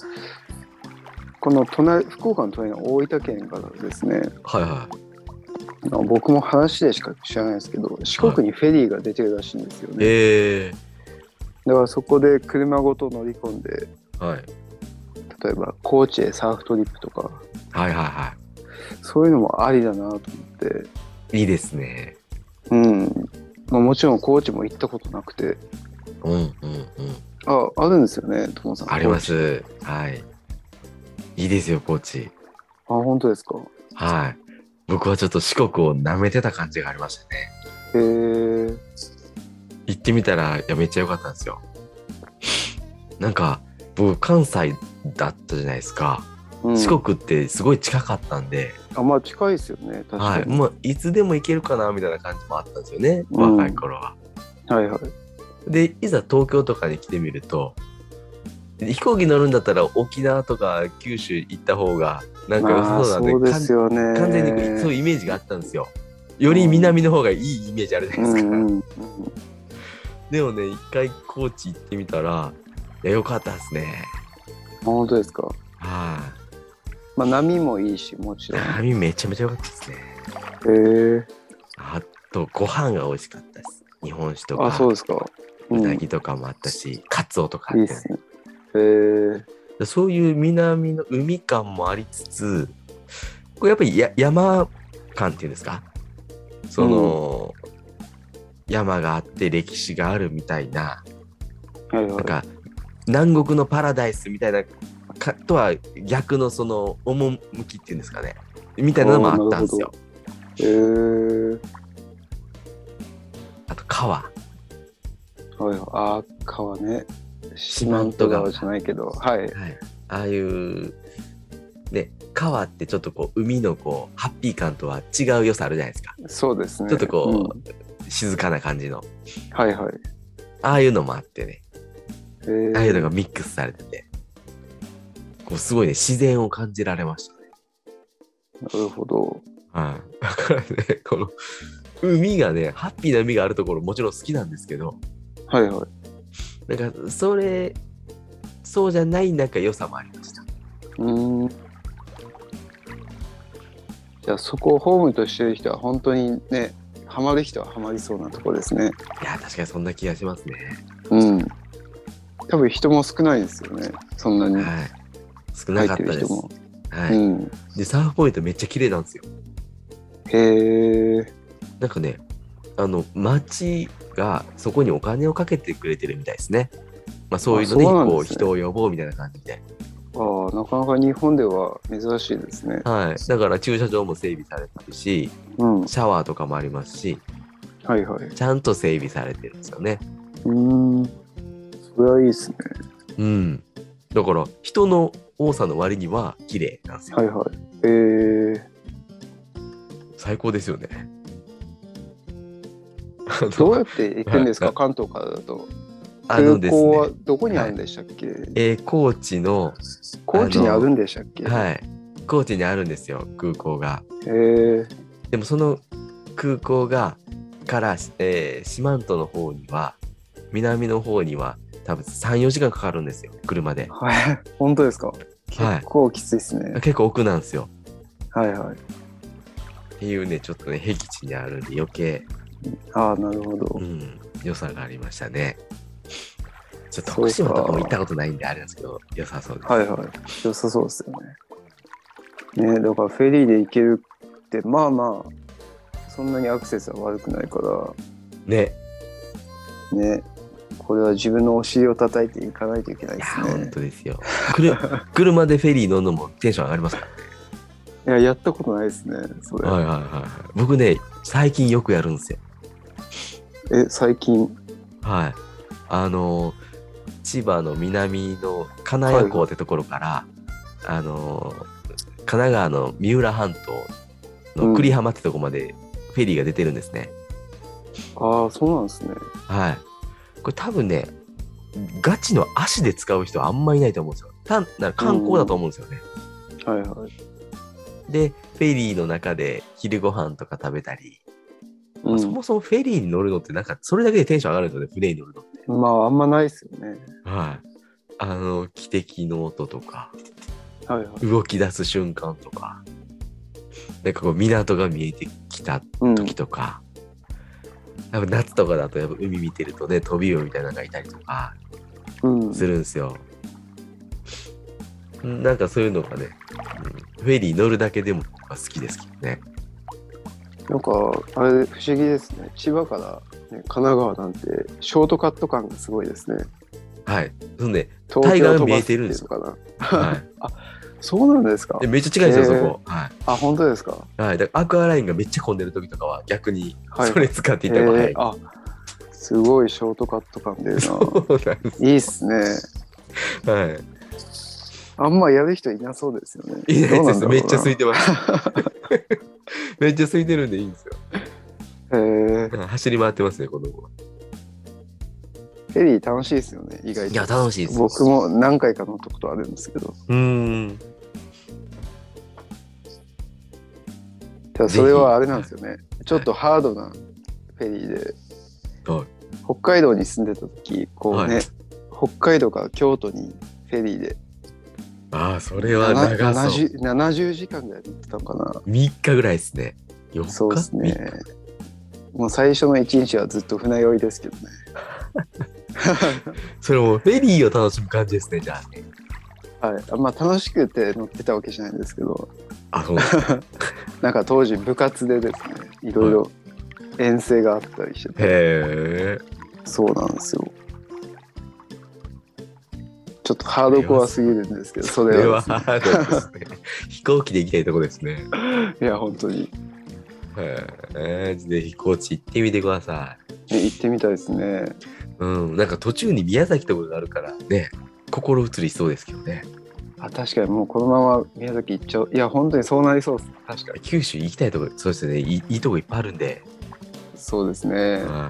Speaker 2: この隣福岡の隣の大分県からですね
Speaker 1: はいは
Speaker 2: あの僕も話でしか知らないですけど四国にフェリーが出てるらしいんですよ
Speaker 1: い
Speaker 2: ね、
Speaker 1: え
Speaker 2: だからそこで車ごと乗り込んで
Speaker 1: ーはい、
Speaker 2: 例えば高知へサーフトリップとか
Speaker 1: はいはいは
Speaker 2: そういうのもありだなと思って
Speaker 1: いいいですね
Speaker 2: うん、まあ、もちろん高知も行ったことなくて
Speaker 1: うんうんうん
Speaker 2: ああるんですよね友野さん
Speaker 1: ありま
Speaker 2: 高知
Speaker 1: すはいいいですよ高知
Speaker 2: あ本当ですか
Speaker 1: はい。僕はちょっと四国を舐めてた感じがありましたね。
Speaker 2: へえ
Speaker 1: 行ってみたら、いや、めっちゃ良かったんですよ。なんか、僕、関西だったじゃないですか。
Speaker 2: うん、
Speaker 1: 四国ってすごい近かったんで、
Speaker 2: あまあ近いですよね確
Speaker 1: は
Speaker 2: か
Speaker 1: い。
Speaker 2: に、
Speaker 1: もう、いつでも行けるかな、みたいな感じもあったんですよね。
Speaker 2: うん
Speaker 1: 若い頃は。
Speaker 2: はい、はい
Speaker 1: で、いざ東京とかに来てみると、飛行機乗るんだったら沖縄とか九州行った方がなんか良
Speaker 2: ま
Speaker 1: さ
Speaker 2: あ
Speaker 1: そうなんで
Speaker 2: そうですよね
Speaker 1: 完全にそういうイメージがあったんですよ。より南の方がいいイメージあるじゃないですか。
Speaker 2: うんうん、
Speaker 1: でもね、一回高知行ってみたら、いや、良かったですね。
Speaker 2: 本当ですか。
Speaker 1: は
Speaker 2: まあ、波もいいし、もち
Speaker 1: い。
Speaker 2: ろん。へ
Speaker 1: 波めちゃめちゃ良かったですね。
Speaker 2: え
Speaker 1: あと、ご飯が美味しかったです。日本酒と
Speaker 2: あ、そう
Speaker 1: か、
Speaker 2: ですか。う、
Speaker 1: うんないぎとかもあったし、カツオとかあ
Speaker 2: い
Speaker 1: っ
Speaker 2: って
Speaker 1: ね、
Speaker 2: すね。へえ
Speaker 1: でそういう南の海感もありつつ、これやっぱりや山感っていうんですかその、山があって歴史があるみたいな、
Speaker 2: はい
Speaker 1: なん
Speaker 2: は
Speaker 1: か南国のパラダイスみたいなかとは逆のその趣っていうんですかねみたいなのもあったんですよ。
Speaker 2: い。へえ
Speaker 1: あと川
Speaker 2: はいはい。あ、川ね。四万十川じゃないけど、はい。
Speaker 1: はい、ああいう、ね、川ってちょっとこう海のこうハッピー感とは違う良さあるじゃないですか
Speaker 2: そうですね。
Speaker 1: ちょっとこ
Speaker 2: うん、
Speaker 1: 静かな感じの
Speaker 2: はいはい。
Speaker 1: ああいうのもあってね
Speaker 2: えー
Speaker 1: ああいうのがミックスされててこうすごいね自然を感じられましたね。
Speaker 2: なるほど。
Speaker 1: はい、だからねこの海がねハッピーな海があるところもちろん好きなんですけど
Speaker 2: はいはい。
Speaker 1: なんかそれそうじゃないなんか良さもありました
Speaker 2: うーん。じゃあ、そこをホームとしてる人は、本当にね、ハマる人はハマりそうなとこですね。
Speaker 1: いや確かにそんな気がしますね、
Speaker 2: うん。多分人も少ないですよね。そんなに
Speaker 1: はい少な
Speaker 2: 入
Speaker 1: か
Speaker 2: っ
Speaker 1: ってた
Speaker 2: る
Speaker 1: です
Speaker 2: 人も。
Speaker 1: は
Speaker 2: う
Speaker 1: い、
Speaker 2: ん。
Speaker 1: でサーフポイントめっちゃ綺麗なんですよ
Speaker 2: へえ。
Speaker 1: なんかねあの町がそこにお金をかけてくれてるみたいですねまあそういうので
Speaker 2: あそうなん
Speaker 1: こう
Speaker 2: ですね
Speaker 1: 人を呼ぼうみたいな感じで
Speaker 2: ああ、なかなか日本では珍しいですね。
Speaker 1: はいだから駐車場も整備されてるし
Speaker 2: うん。は
Speaker 1: シャワーとかもありますし
Speaker 2: いはい。
Speaker 1: ちゃんと整備されてるんですよね
Speaker 2: うーん。それはいいですね。
Speaker 1: うんだから人の多さの割には綺麗なんですよ、
Speaker 2: はいはい。へえ。
Speaker 1: 最高ですよね。
Speaker 2: どうやって行くんです
Speaker 1: は
Speaker 2: か、
Speaker 1: い
Speaker 2: 関東からだと。
Speaker 1: あ
Speaker 2: 空
Speaker 1: のです
Speaker 2: 港は
Speaker 1: ね、
Speaker 2: どこにあるんでしたっけ、
Speaker 1: えー高知の、
Speaker 2: 高知にあるんでしたっけい。
Speaker 1: はい、高知にあるんですよ、空港が。
Speaker 2: へえ。
Speaker 1: でもその空港が、から、えー四万十の方には、南の方には、多分3、4時間かかるんですよ、車で。
Speaker 2: はい。 本当ですか
Speaker 1: は
Speaker 2: 結構きついですね
Speaker 1: い。。結構奥なんですよ。
Speaker 2: はいはい。
Speaker 1: っていうね、ちょっとね、僻地にあるんで余計、
Speaker 2: ああ、なるほど
Speaker 1: う。ん、良さがありましたね。ちょっと徳島とかも行ったことないんであれなんですけど、良さそうです。
Speaker 2: はいはい。良さそうですよね。ねだからフェリーで行けるってまあまあそんなにアクセスは悪くないか
Speaker 1: ね。
Speaker 2: らねこれは自分のお尻を叩いていかないといけない
Speaker 1: い
Speaker 2: で
Speaker 1: や、
Speaker 2: す
Speaker 1: 本
Speaker 2: ね
Speaker 1: 当ですよ。く る車でフェリー乗るのもテンション上がりますか
Speaker 2: いややったことないですねそれ、
Speaker 1: ら。はいはいはいはい。僕ね、最近よくやるんですよ。
Speaker 2: え最近
Speaker 1: はい。あのー、千葉の南の金谷港ってところから、あのー、神奈川の三浦半島の栗浜ってとこまでフェリーが出てるんですね。
Speaker 2: ああそうなんですね
Speaker 1: はい。これ多分ね、ガチの足で使う人はあんまいないと思うんですよ。単なる観光だと思うんですよね。
Speaker 2: はいはい、
Speaker 1: で、フェリーの中で昼ご飯とか食べたり、まあ
Speaker 2: うん
Speaker 1: そもそもフェリーに乗るのってなんかそれだけでテンション上がるんですよね、船に乗るのって。
Speaker 2: まああんまないですよね
Speaker 1: はい。あの、汽笛の音とか、
Speaker 2: はいはい
Speaker 1: 動き出す瞬間とか、なんかこう港が見えてきた
Speaker 2: うん
Speaker 1: 時とか、やっぱ夏とかだとやっぱ海見てるとね、飛び魚みたいなのがいたりとか、
Speaker 2: うん
Speaker 1: するんですよ。んなんかそういうのがね、うんフェリー乗るだけでも僕は好きですけどね。
Speaker 2: なんかあれ不思議ですね千葉から、ね、神奈川なんてショートカット感がすごいですね
Speaker 1: はい。そんで、
Speaker 2: 東
Speaker 1: タイガーが
Speaker 2: 京飛
Speaker 1: 見
Speaker 2: ば
Speaker 1: え
Speaker 2: すって
Speaker 1: てる
Speaker 2: い
Speaker 1: んで
Speaker 2: う
Speaker 1: す
Speaker 2: のかな
Speaker 1: はい、
Speaker 2: そうなんです か
Speaker 1: でめっちゃ近いんですよ、
Speaker 2: へー
Speaker 1: そこ。はい。
Speaker 2: あ本当ですか
Speaker 1: はい、だからアクアラインがめっちゃ混んでる時とかは逆に
Speaker 2: はい
Speaker 1: それ使っていた方が早
Speaker 2: え
Speaker 1: い。
Speaker 2: ー、あすごいショートカット感で
Speaker 1: そ
Speaker 2: な
Speaker 1: うなんです
Speaker 2: いいっすね
Speaker 1: はい。
Speaker 2: あんまやる人いなそうですよね
Speaker 1: いや
Speaker 2: どうなん
Speaker 1: 先生
Speaker 2: だろうな
Speaker 1: めっちゃ空いてます。 めっちゃ空いてるんでいいんですよ。
Speaker 2: えー
Speaker 1: うん走り回ってますね、子供は。
Speaker 2: フェリー楽しいですよね意外と
Speaker 1: いや、楽しいです。
Speaker 2: 僕。も何回か乗ったことあるんですけど
Speaker 1: うーん。
Speaker 2: ただそれはあれなんですよねちょっとハードなフェリーで
Speaker 1: はい
Speaker 2: 北海道に住んでた時こうね、
Speaker 1: はい
Speaker 2: 北海道から京都にフェリーで
Speaker 1: ああ、それは
Speaker 2: な
Speaker 1: 長そう。
Speaker 2: 70 70時間ぐらい乗ってたのか
Speaker 1: 3日ぐらいですね。4日
Speaker 2: なそうですね
Speaker 1: 三日
Speaker 2: もう最初の一日はずっと船酔いですけどね
Speaker 1: それもフェリーを楽しむ感じですね、じゃあね。
Speaker 2: はいあまあ楽しくて乗ってたわけじゃないんですけど
Speaker 1: あ、 そうですか
Speaker 2: なんか当時部活でですねいろいろ遠征があったりしてて、
Speaker 1: へえ。
Speaker 2: そうなんですよちょっとハードコアすぎるんですけどそ
Speaker 1: こ
Speaker 2: れ
Speaker 1: れは
Speaker 2: はですね
Speaker 1: ハードですね。飛行機で行きたいとこですね。
Speaker 2: いや本当に
Speaker 1: へえ、ぜひ高知行ってみてください。
Speaker 2: で行ってみたいですね
Speaker 1: うん、なんか途中に宮崎とかがあるからね、心移りしそうですけどね。
Speaker 2: あ確かにもうこのまま宮崎行っちゃういや本当にそうなりそうです確かに
Speaker 1: 九州行きたいとこ、そうですね、いいいとこいっぱいあるんで。
Speaker 2: そうですね
Speaker 1: うん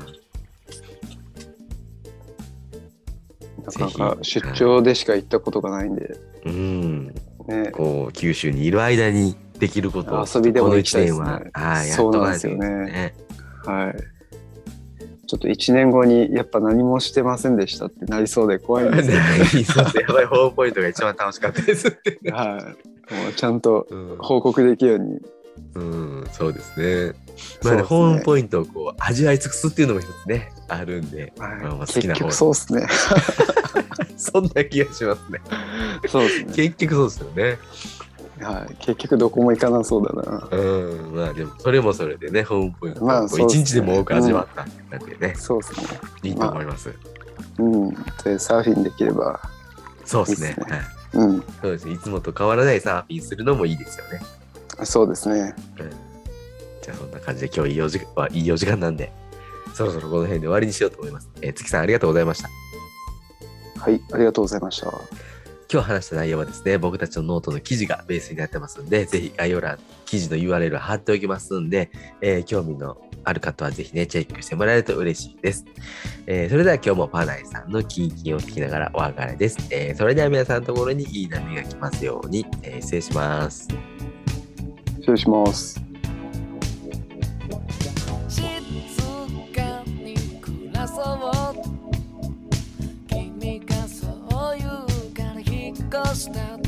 Speaker 2: なかなか出張でしか行ったことがないんで
Speaker 1: うん、
Speaker 2: ね
Speaker 1: こう九州にいる間にできることを
Speaker 2: 遊びでも
Speaker 1: この
Speaker 2: 行き
Speaker 1: 一
Speaker 2: たいです
Speaker 1: 年
Speaker 2: ね
Speaker 1: は、はい、やっ
Speaker 2: そ
Speaker 1: と
Speaker 2: う
Speaker 1: か
Speaker 2: なん
Speaker 1: ない
Speaker 2: です
Speaker 1: とい
Speaker 2: よ
Speaker 1: けないで
Speaker 2: ね
Speaker 1: すね。
Speaker 2: はいちょっと1年後にやっぱ何もしてませんでしたってなりそうで怖いんですよ、
Speaker 1: ねそうですねやばい、ホームポイントが一番楽しかったですって。
Speaker 2: はい、もうちゃんと
Speaker 1: うん
Speaker 2: 報告できるように
Speaker 1: うん、そうですね。
Speaker 2: そ
Speaker 1: まあ
Speaker 2: うですね
Speaker 1: ね、ホームポイントをこう味わい尽くすっていうのも一つね、あるんで、
Speaker 2: はい
Speaker 1: まあまあ好き
Speaker 2: 結
Speaker 1: な方
Speaker 2: 局そうですね
Speaker 1: そんな気がしますね。
Speaker 2: そうですね、
Speaker 1: 結局そうですよね。
Speaker 2: はい、結局どこも行かなそうだな
Speaker 1: うん、まあでも、それもそれでね、ホームポイントを
Speaker 2: まあ
Speaker 1: こう
Speaker 2: そうで
Speaker 1: 一
Speaker 2: すね
Speaker 1: 日でも多く味わったって感じでね、
Speaker 2: そうですね
Speaker 1: いいと思います。
Speaker 2: うんでサーフィンできれば
Speaker 1: そうですね
Speaker 2: いいっす
Speaker 1: はい。
Speaker 2: うん
Speaker 1: そうですね。いつもと変わらないサーフィンするのもいいですよね。
Speaker 2: そうですね
Speaker 1: うん、じゃあ、そんな感じで今日いいお時間はいいお時間なんで、そろそろこの辺で終わりにしようと思います。えー月さん、ありがとうございました。
Speaker 2: はいありがとうございました
Speaker 1: 今日話した内容はですね、僕たちのノートの記事がベースになってますんで、ぜひ概要欄、記事の URL 貼っておきますんで、えー興味のある方はぜひね、チェックしてもらえると嬉しいです。えーそれでは今日もパナイさんのキンキンを聞きながらお別れです。えーそれでは皆さんのところにいい波が来ますように、えー失礼します。
Speaker 2: 失礼します
Speaker 3: 静かに暮らそう君がそう言うから引っ越した